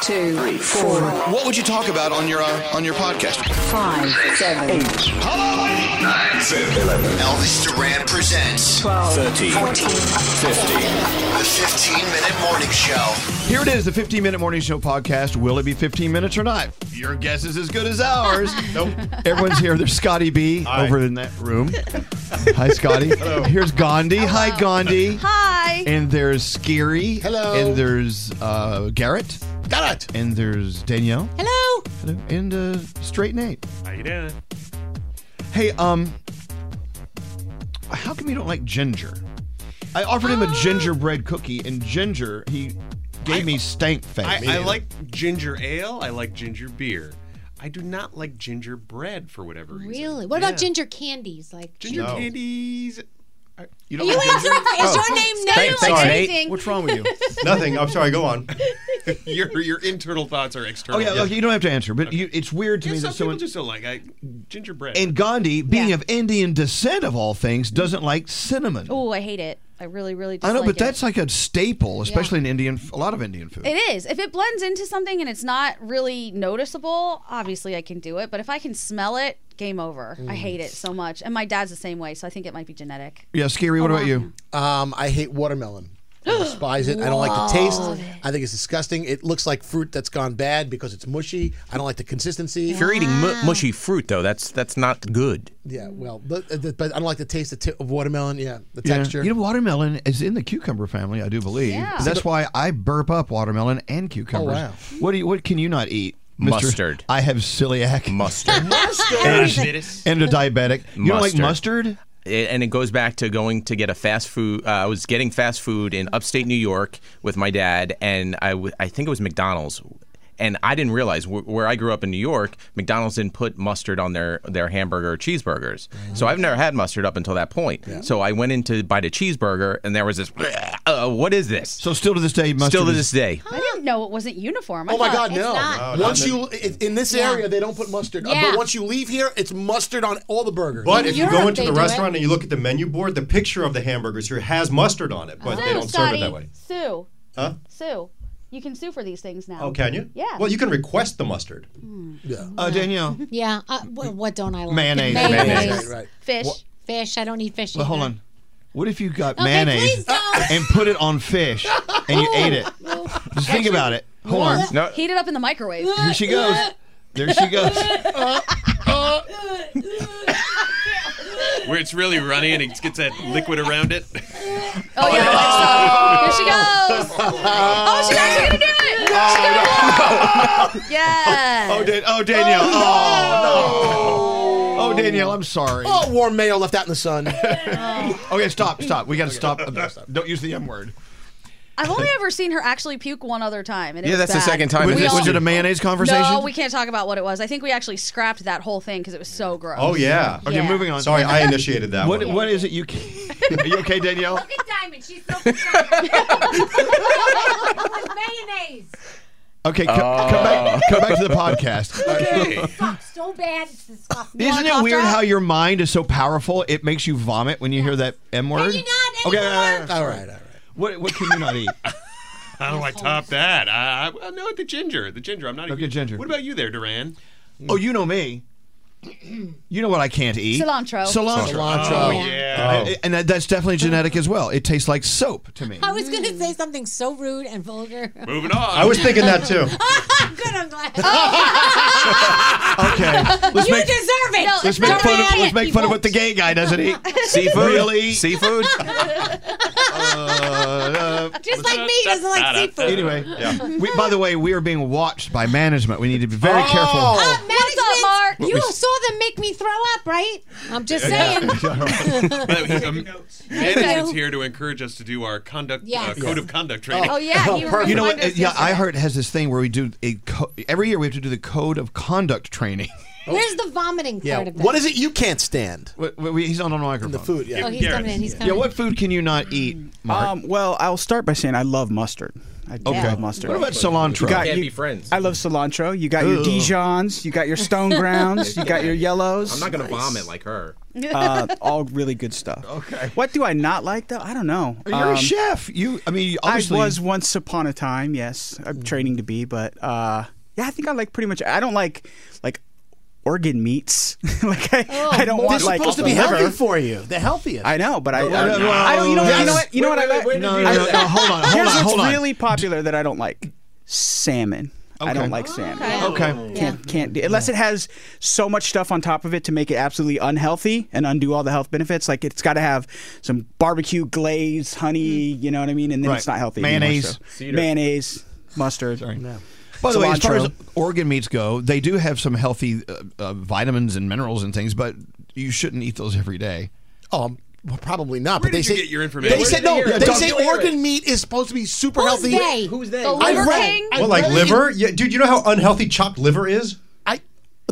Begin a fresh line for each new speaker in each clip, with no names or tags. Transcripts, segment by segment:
Two, four,
What would you talk about on your uh, on your podcast?
five, seven, eight,
Hello, lady. Nine, seven, eleven. Elvis Duran presents
twelve,
13,
fourteen,
the 15-minute morning show. Here it is, the 15-minute morning show podcast. Will it be 15 minutes or not? Your guess is as good as ours. nope. Everyone's here. There's Scotty B over in that room. Hi, Scotty. Here's Gandhi. Hi, Gandhi.
Hi.
And there's Scary. Hello. And there's uh, Garrett. Garrett. And there's Danielle.
Hello.
Hello. And uh, Straight Nate.
How you doing?
Hey, um, how come you don't like ginger? I offered
Uh.
him a gingerbread cookie, and ginger he gave me stank face.
I, I like ginger ale. I like ginger beer. I do not like ginger bread for whatever reason.
Really? What
Yeah.
about ginger candies? Like
Ginger
No.
candies.
you
you answer my question. Is
Oh.
your name Nate?
Thanks,
like
sorry.
anything?
What's wrong with you?
Nothing. I'm sorry. Go on.
Your your internal thoughts are external.
oh yeah, look, you don't have to answer, but you, it's weird to
Yeah,
me
some
that
people
someone
just don't like I, ginger bread.
and Gandhi, being
Yeah.
of Indian descent of all things, doesn't like cinnamon.
Oh, I hate it. I really, really.
I
Dislike
know, but
it.
that's like a staple, especially in Indian, a lot of Indian food.
It is. If it blends into something and it's not really noticeable, obviously I can do it. But if I can smell it, game over.
Mm.
I hate it so much. And my dad's the same way, so I think it might be genetic.
yeah, Scary. What about you?
Um, I hate watermelon. I despise it. I don't like the taste. I think it's disgusting. It looks like fruit that's gone bad because it's mushy. I don't like the consistency.
If you're eating mu- mushy fruit, though, that's that's not good.
Yeah, well, but, uh, but I don't like the taste of, t- of watermelon. Yeah, the
Yeah.
texture.
You know, watermelon is in the cucumber family, I do believe.
Yeah.
That's why I burp up watermelon and cucumbers.
wow.
What do you, what can you not eat?
Mustard.
I have celiac
Mustard,
and a diabetic. You don't like mustard?
It- and it goes back to going to get a fast food. Uh, I was getting fast food in upstate New York with my dad, and I, w- I think it was McDonald's. And I didn't realize wh- where I grew up in New York, McDonald's didn't put mustard on their, their hamburger or cheeseburgers. So I've never had mustard up until that point. So I went in to bite a cheeseburger, and there was this. Uh, what is this?
So still to this day, mustard.
Still to
is-
this day.
I didn't know it wasn't uniform. I
Oh my
thought-
God, no!
not.
once you i- in this area, they don't put mustard. Uh,
Yeah.
But once you leave here, it's mustard on all the burgers.
In
But
What?
But
if
if
you
you
Europe,
go
go into
into
they
the
the do
restaurant
restaurant
and you look at the menu board, the picture of the hamburgers here has mustard on it, but
Sue,
they don't serve
Scotty,
it that way.
Sue.
Huh?
Sue. You can sue for these things now.
Oh, can you?
Yeah.
Well, you can request the mustard.
Uh, Danielle.
Yeah. Uh, what, what don't I like?
Mayonnaise.
right, right.
Fish.
Fish. I don't eat fish.
Well, hold
either.
on. What if you got
Okay,
mayonnaise
please don't.
and put it on fish and you ate it? Just think about it. Hold on.
No,
Heat it up in the microwave.
Here she goes. There she goes.
where it's really runny and it gets that liquid around it.
Oh, yeah. Here she goes. Oh, she's actually going to do it. She's gonna do it. Yes.
Oh, Dan- oh Danielle. Oh, no. Oh, Danielle, I'm sorry.
Oh, warm mayo left out in the sun.
okay, stop, stop. We got to stop. Don't use the M word.
I've only ever seen her actually puke one other time. And it
Yeah,
was
that's the
bad.
second time. Was
We
it-
all-
was it a mayonnaise conversation?
No, we can't talk about what it was. I think we actually scrapped that whole thing because it was so gross.
Oh yeah.
Yeah.
Sorry, I initiated that
What-
one.
What is it you? Are you okay, Danielle?
Look at Diamond. She's so with mayonnaise.
Okay, co- come back. Come back to the podcast.
Sucks so bad. It's disgusting.
Isn't it weird how your mind is so powerful? It makes you vomit when you hear that M word.
you
not okay, all right, all right. What what can you not eat?
How do I top that? I, I, well, no, the ginger. The ginger. I'm not even. ginger. What about you there, Duran?
Oh, you know me. You know what I can't eat?
Cilantro.
Cilantro.
Cilantro. Oh, yeah.
And- And, that- that's definitely genetic as well. It tastes like soap to me.
I was going to say something so rude and vulgar.
Moving on.
I was thinking that too.
Good, I'm glad. Oh.
Okay. Let's
you
make,
deserve it.
let's make fun of let's make fun of what the gay guy doesn't eat.
Seafood?
Really?
Seafood?
Uh, uh,
Just like me, he doesn't like seafood.
Anyway, we, by the way, we are being watched by management. We need to be
Uh,
very
Oh. Um,
careful.
management,
What we
You
s-
saw them make me throw up, right? I'm just
Yeah.
saying.
Um, Management's here to encourage us to do our conduct uh,
Yes. Oh,
code of conduct
Oh,
training.
You know what? Uh, Yeah, iHeart has this thing where we do a co- every year we have to do the code of conduct training.
Where's the vomiting
Yeah,
part of it?
what is it
You can't stand.
he's on a microphone. The
food, yeah.
Oh, he's coming in. He's coming
Yeah, what food can you not eat, Mark?
Um, well, I'll start by saying I love mustard. I do
Okay.
love mustard.
What about cilantro? Can't be
friends.
I love cilantro. You got your
Ugh.
Dijons, you got your stone grounds, you got your yellows.
I'm not gonna vomit like her.
uh, all really good stuff. Okay. What do I not like though? I don't know. Um,
You're a chef. You, I mean, obviously- Mm-hmm.
I was once upon a time. Yes, I'm training to be, but uh, yeah, I think I like pretty much. I don't like like organ meats. like I, I don't want like
supposed to be
the liver.
healthy for you. The healthiest.
I know, but I,
No,
I,
no, no.
I don't. You know what? You know what? You know
Wait,
what? I
wait,
like.
wait, no, no, no, no, hold on, hold
Here's
on,
what's
hold on.
really popular that I don't like: salmon. I don't like salmon.
Okay.
Can't can't do, unless it has so much stuff on top of it to make it absolutely unhealthy and undo all the health benefits. Like it's got to have some barbecue glaze, honey. You know what I mean? And then
Right.
it's not healthy.
Mayonnaise.
anymore, so-
Cedar.
mayonnaise, mustard.
By the way, as far
Cilantro.
as organ meats go, they do have some healthy uh, uh, vitamins and minerals and things, but you shouldn't eat those every day.
Oh, well, probably not.
Where
but they
did
say,
you get your information?
They
Where
said
did they
no.
hear it?
They
Don't
say
you hear
organ meat is supposed to be super
Who's
healthy.
they? Who's they? The
I
liver
read-
king?
I
What, like
read-
liver? Yeah, dude, you know how unhealthy chopped liver is?
I.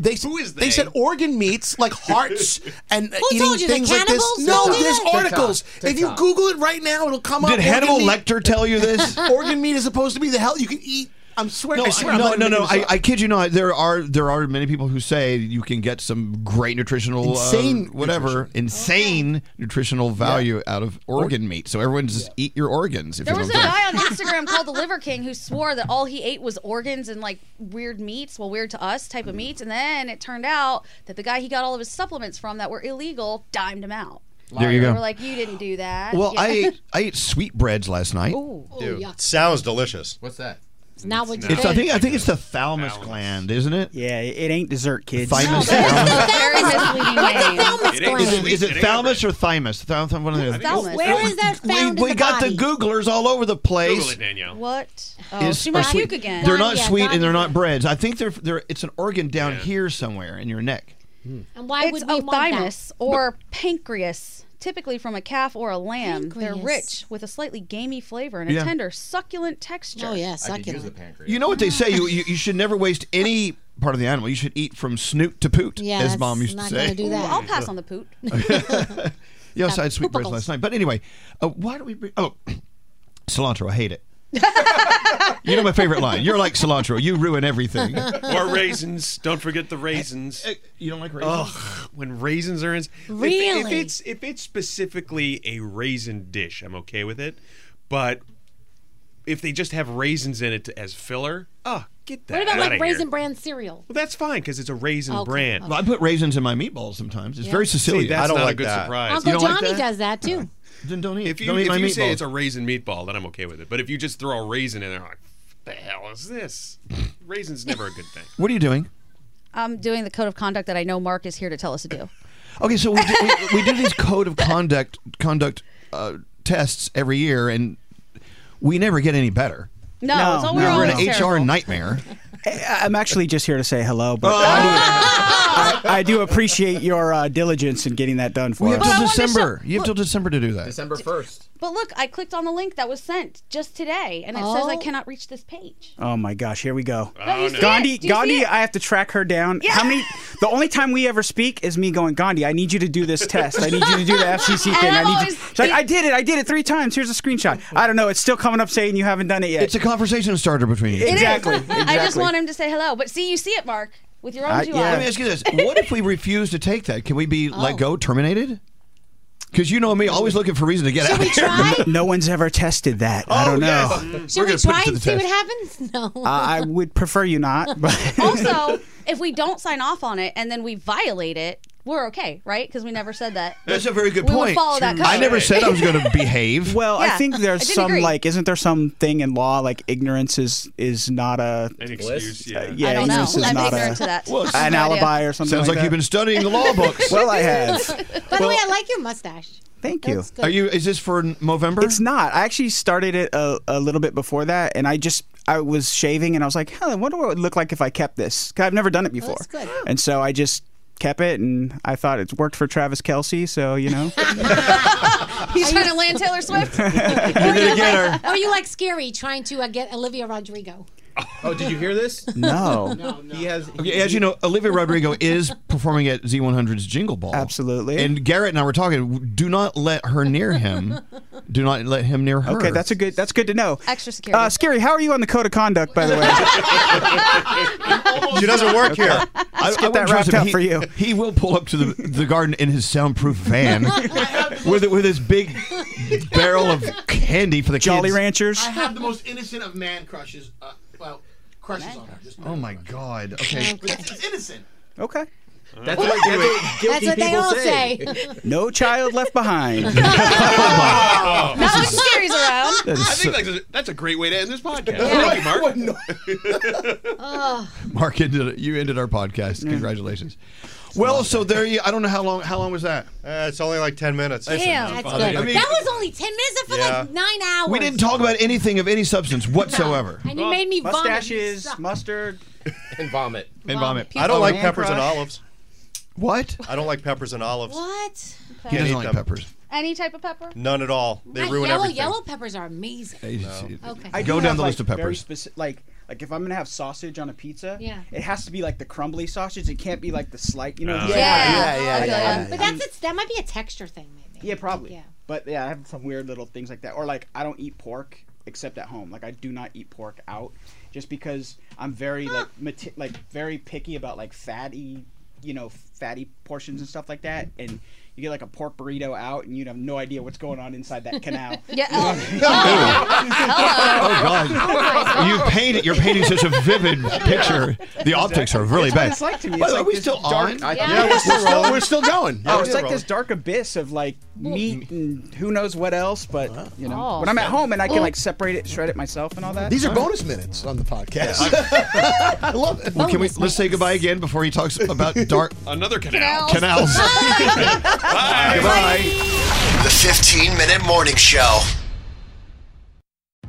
They, Who is they? said organ meats like hearts and uh,
Who
eating
told you, the
things like this.
cannibals?
No,
TikTok.
there's
TikTok.
articles. If you
TikTok.
Google it right now, it'll come up.
Did
Organ
Hannibal
meat-
Lecter tell you this?
organ meat is supposed to be the hell you can eat. I'm swearing.
No,
I
I-
swear I'm
no,
not
no, no.
making
I,
this up.
I kid you not. There are there are many people who say you can get some great nutritional,
Insane
uh, whatever, insane nutritional value out of organ meat. So everyone just eat your organs. If
There
you
was a
don't care.
guy on Instagram called the Liver King who swore that all he ate was organs and like weird meats, well, weird to us type of
Mm.
meats. And then it turned out that the guy he got all of his supplements from that were illegal dimed him out.
There you
They
go.
were like, you didn't do that.
Well,
Yeah.
I ate, I ate sweetbreads last night.
Dude, sounds delicious. What's that?
It's not what you
It's, I
think.
think I think it's the thalamus gland, isn't it?
Yeah, it ain't dessert, kids.
Thymus.
Very misleading name.
is, it- is it thalamus or thymus? Thal- thal- one of the other.
Thalamus.
Where is that
We,
found
we
in the
got
body?
the Googlers all over the place.
Google it, Danielle.
What? Oh,
is-
she
are
might
sweet-
puke again.
They're not
Gandhi,
sweet
Gandhi.
and they're not breads. I think they're they're it's an organ down here somewhere in your neck.
And why
it's
would we want that?
thymus or pancreas, typically from a calf or a lamb. They're
Pancreas.
rich with a slightly gamey flavor and a
Yeah.
tender, succulent texture.
Oh, yeah, succulent.
You know what they say? You, you you should never waste any part of the animal. You should eat from snoot to poot,
Yeah,
as
that's
mom used to
not
say.
gonna do that. Ooh, I'll pass on the poot.
Yeah, so I had
That
sweetbreads
poopicles.
last night. But anyway, uh, why do we bring? Oh, cilantro. I hate it. you know my favorite line. You're like cilantro. You ruin everything.
or raisins. Don't forget the raisins.
You don't like
raisins? Ugh, when raisins are in. if- If,
Really?
it's if it's specifically a raisin dish, I'm okay with it. But if they just have raisins in it as filler, oh, get that.
What about
outta
like
here.
Raisin Bran cereal?
Well, that's fine because it's a raisin
Okay,
bran.
Well, I put raisins in my meatballs sometimes. It's very
See,
Sicilian.
that's not a good surprise.
Uncle
You don't like
Johnny
that?
does that too.
Then don't eat.
If you,
don't eat
if
my
you
meatballs.
say it's a raisin meatball, then I'm okay with it. But if you just throw a raisin in there, I'm like, "What the hell is this? Raisin's never a good thing.
what are you doing?
I'm doing the code of conduct that I know Mark is here to tell us to do.
Okay, so we do, we, we do these code of conduct conduct uh, tests every year, and we never get any better.
No, No, it's all- we're
we're an
always terrible.
HR nightmare. Oh.
I- I'm actually just here to say hello, but I, do, I- I do appreciate your uh, diligence in getting that done for
We
us.
have till December.
show- You have till
December to do that.
December first.
But look, I clicked on the link that was sent just today, and it says
Oh.
I cannot reach this page.
Oh my gosh, here we go.
No, you see it.
Gandhi,
Do you see
Gandhi,
it?
I have to track her down. How many? The only time we ever speak is me going, Gandhi, I need you to do this test. I need you to do the FCC thing.
And
I
I'm
need
always-
you. She's like, I did it. I did it three times. Here's a screenshot. I don't know. It's still coming up saying you haven't done it yet. It's
a conversation starter between you.
It is.
Exactly.
I just
exactly.
want him to say hello. But see, you see it, Mark, with your own
I-
two eyes.
Let me ask you this: What if we refuse to take that? Can we be let
Oh.
go, terminated? Because you know me, always looking for reason to get out of here.
No one's ever tested that. I
Oh,
don't know.
yes.
Should we try and see what happens? No.
Uh, I would prefer you not. But
also, if we don't sign off on it and then we violate it, we're okay, right? Because we never said that.
That's a very good
We would
point.
follow that
I
code.
never said I was going to behave.
Well,
Yeah,
I think
I
there's
did
some
agree.
like, isn't there something in law like ignorance is is not a
An excuse, yeah.
Uh, yeah,
I don't know.
ignorance is
I'm
not a,
ignorant to that.
Well,
An
an alibi or something.
Sounds like
like
you've been studying the law books.
well, I have.
By the way, I like your mustache.
Thank you.
Are
you? Is this for November?
It's not. I actually started it a, a little bit before that, and I just I was shaving, and I was like, "Hell, I wonder what it would look like if I kept this." i I've never done it
Oh,
before,
looks good.
and so I just kept it, and I thought it worked for Travis Kelsey. So you know,
He's trying to land Taylor Swift.
Oh, you like scary trying to uh, get Olivia Rodrigo.
Oh, did you hear this?
No.
He has.
Okay, as you know, Olivia Rodrigo is performing at Z100's Jingle Ball.
Eh?
Absolutely. And Garrett and I were talking. Do not let her near him. Do not let him near her.
Okay, that's a good. That's good to know.
Extra security.
Uh, scary. How are you on the code of conduct, by the way?
She doesn't work here.
Let's get that wrapped up
he,
for you.
He will pull up to the, the garden in his soundproof van with with his big barrel of candy for the
Jolly
kids.
Ranchers.
I have the most innocent of man crushes. Uh, well, crushes on her. Just
Oh my God. Okay.
But it's, it's innocent.
Okay.
That's what- that's what
That's what they all say.
No child left behind.
Not when Scary's around.
I
That is so-
think that's a, that's a great way to end this podcast.
Yeah.
Thank you, Mark.
Ugh.
Mark ended you ended our podcast. Congratulations. Well, so there you. I don't know how long. How long was that? Uh, it's only like ten minutes.
Damn, that's good.
I mean,
that was only 10 minutes and for like nine hours.
we didn't talk about anything of any substance whatsoever.
And you made me vomit.
Mustaches, mustard,
and vomit.
And vomit.
I don't
Oh,
like
man
peppers and
crush.
olives.
What?
I don't like peppers and olives.
What?
He doesn't like
them.
peppers.
Any type of pepper?
None at all. They
Right,
ruin
yellow,
everything.
yellow peppers are amazing. Okay.
I
Go
do
down
have,
the
like,
list of
very
peppers.
speci- like, like if I'm gonna have sausage on a pizza,
Yeah.
it has to be like the crumbly sausage. It can't be like the slight, you know.
Yeah.
the-
Yeah,
I-
yeah,
I-
But that's it's, that might be a texture thing, maybe.
yeah, probably. But yeah, I have some weird little things like that, or like I don't eat pork except at home. Like I do not eat pork out, just because I'm very like mati- like very picky about like fatty, you know, fatty portions and stuff like that, and. You get like a pork burrito out, and you'd have no idea what's going on inside that canal.
yeah.
Oh God! You paint You're painting such a vivid picture. The optics are really
That's what
bad.
it's like to me.
By the
It's
way,
like
are we
this
still
dark-
on?
I- Yeah, Yeah, we're we're still- rolling. we're still
going.
Oh, it's like this dark abyss of like meat and who knows what else, but you know,
Oh.
when I'm at home and I can
Oh.
like separate it, shred it myself, and all that.
These are bonus minutes on the podcast.
I love it. Well, can we let's say goodbye again before he talks about dark
Another
Oh.
canal.
canals? Goodbye.
The 15 minute morning show.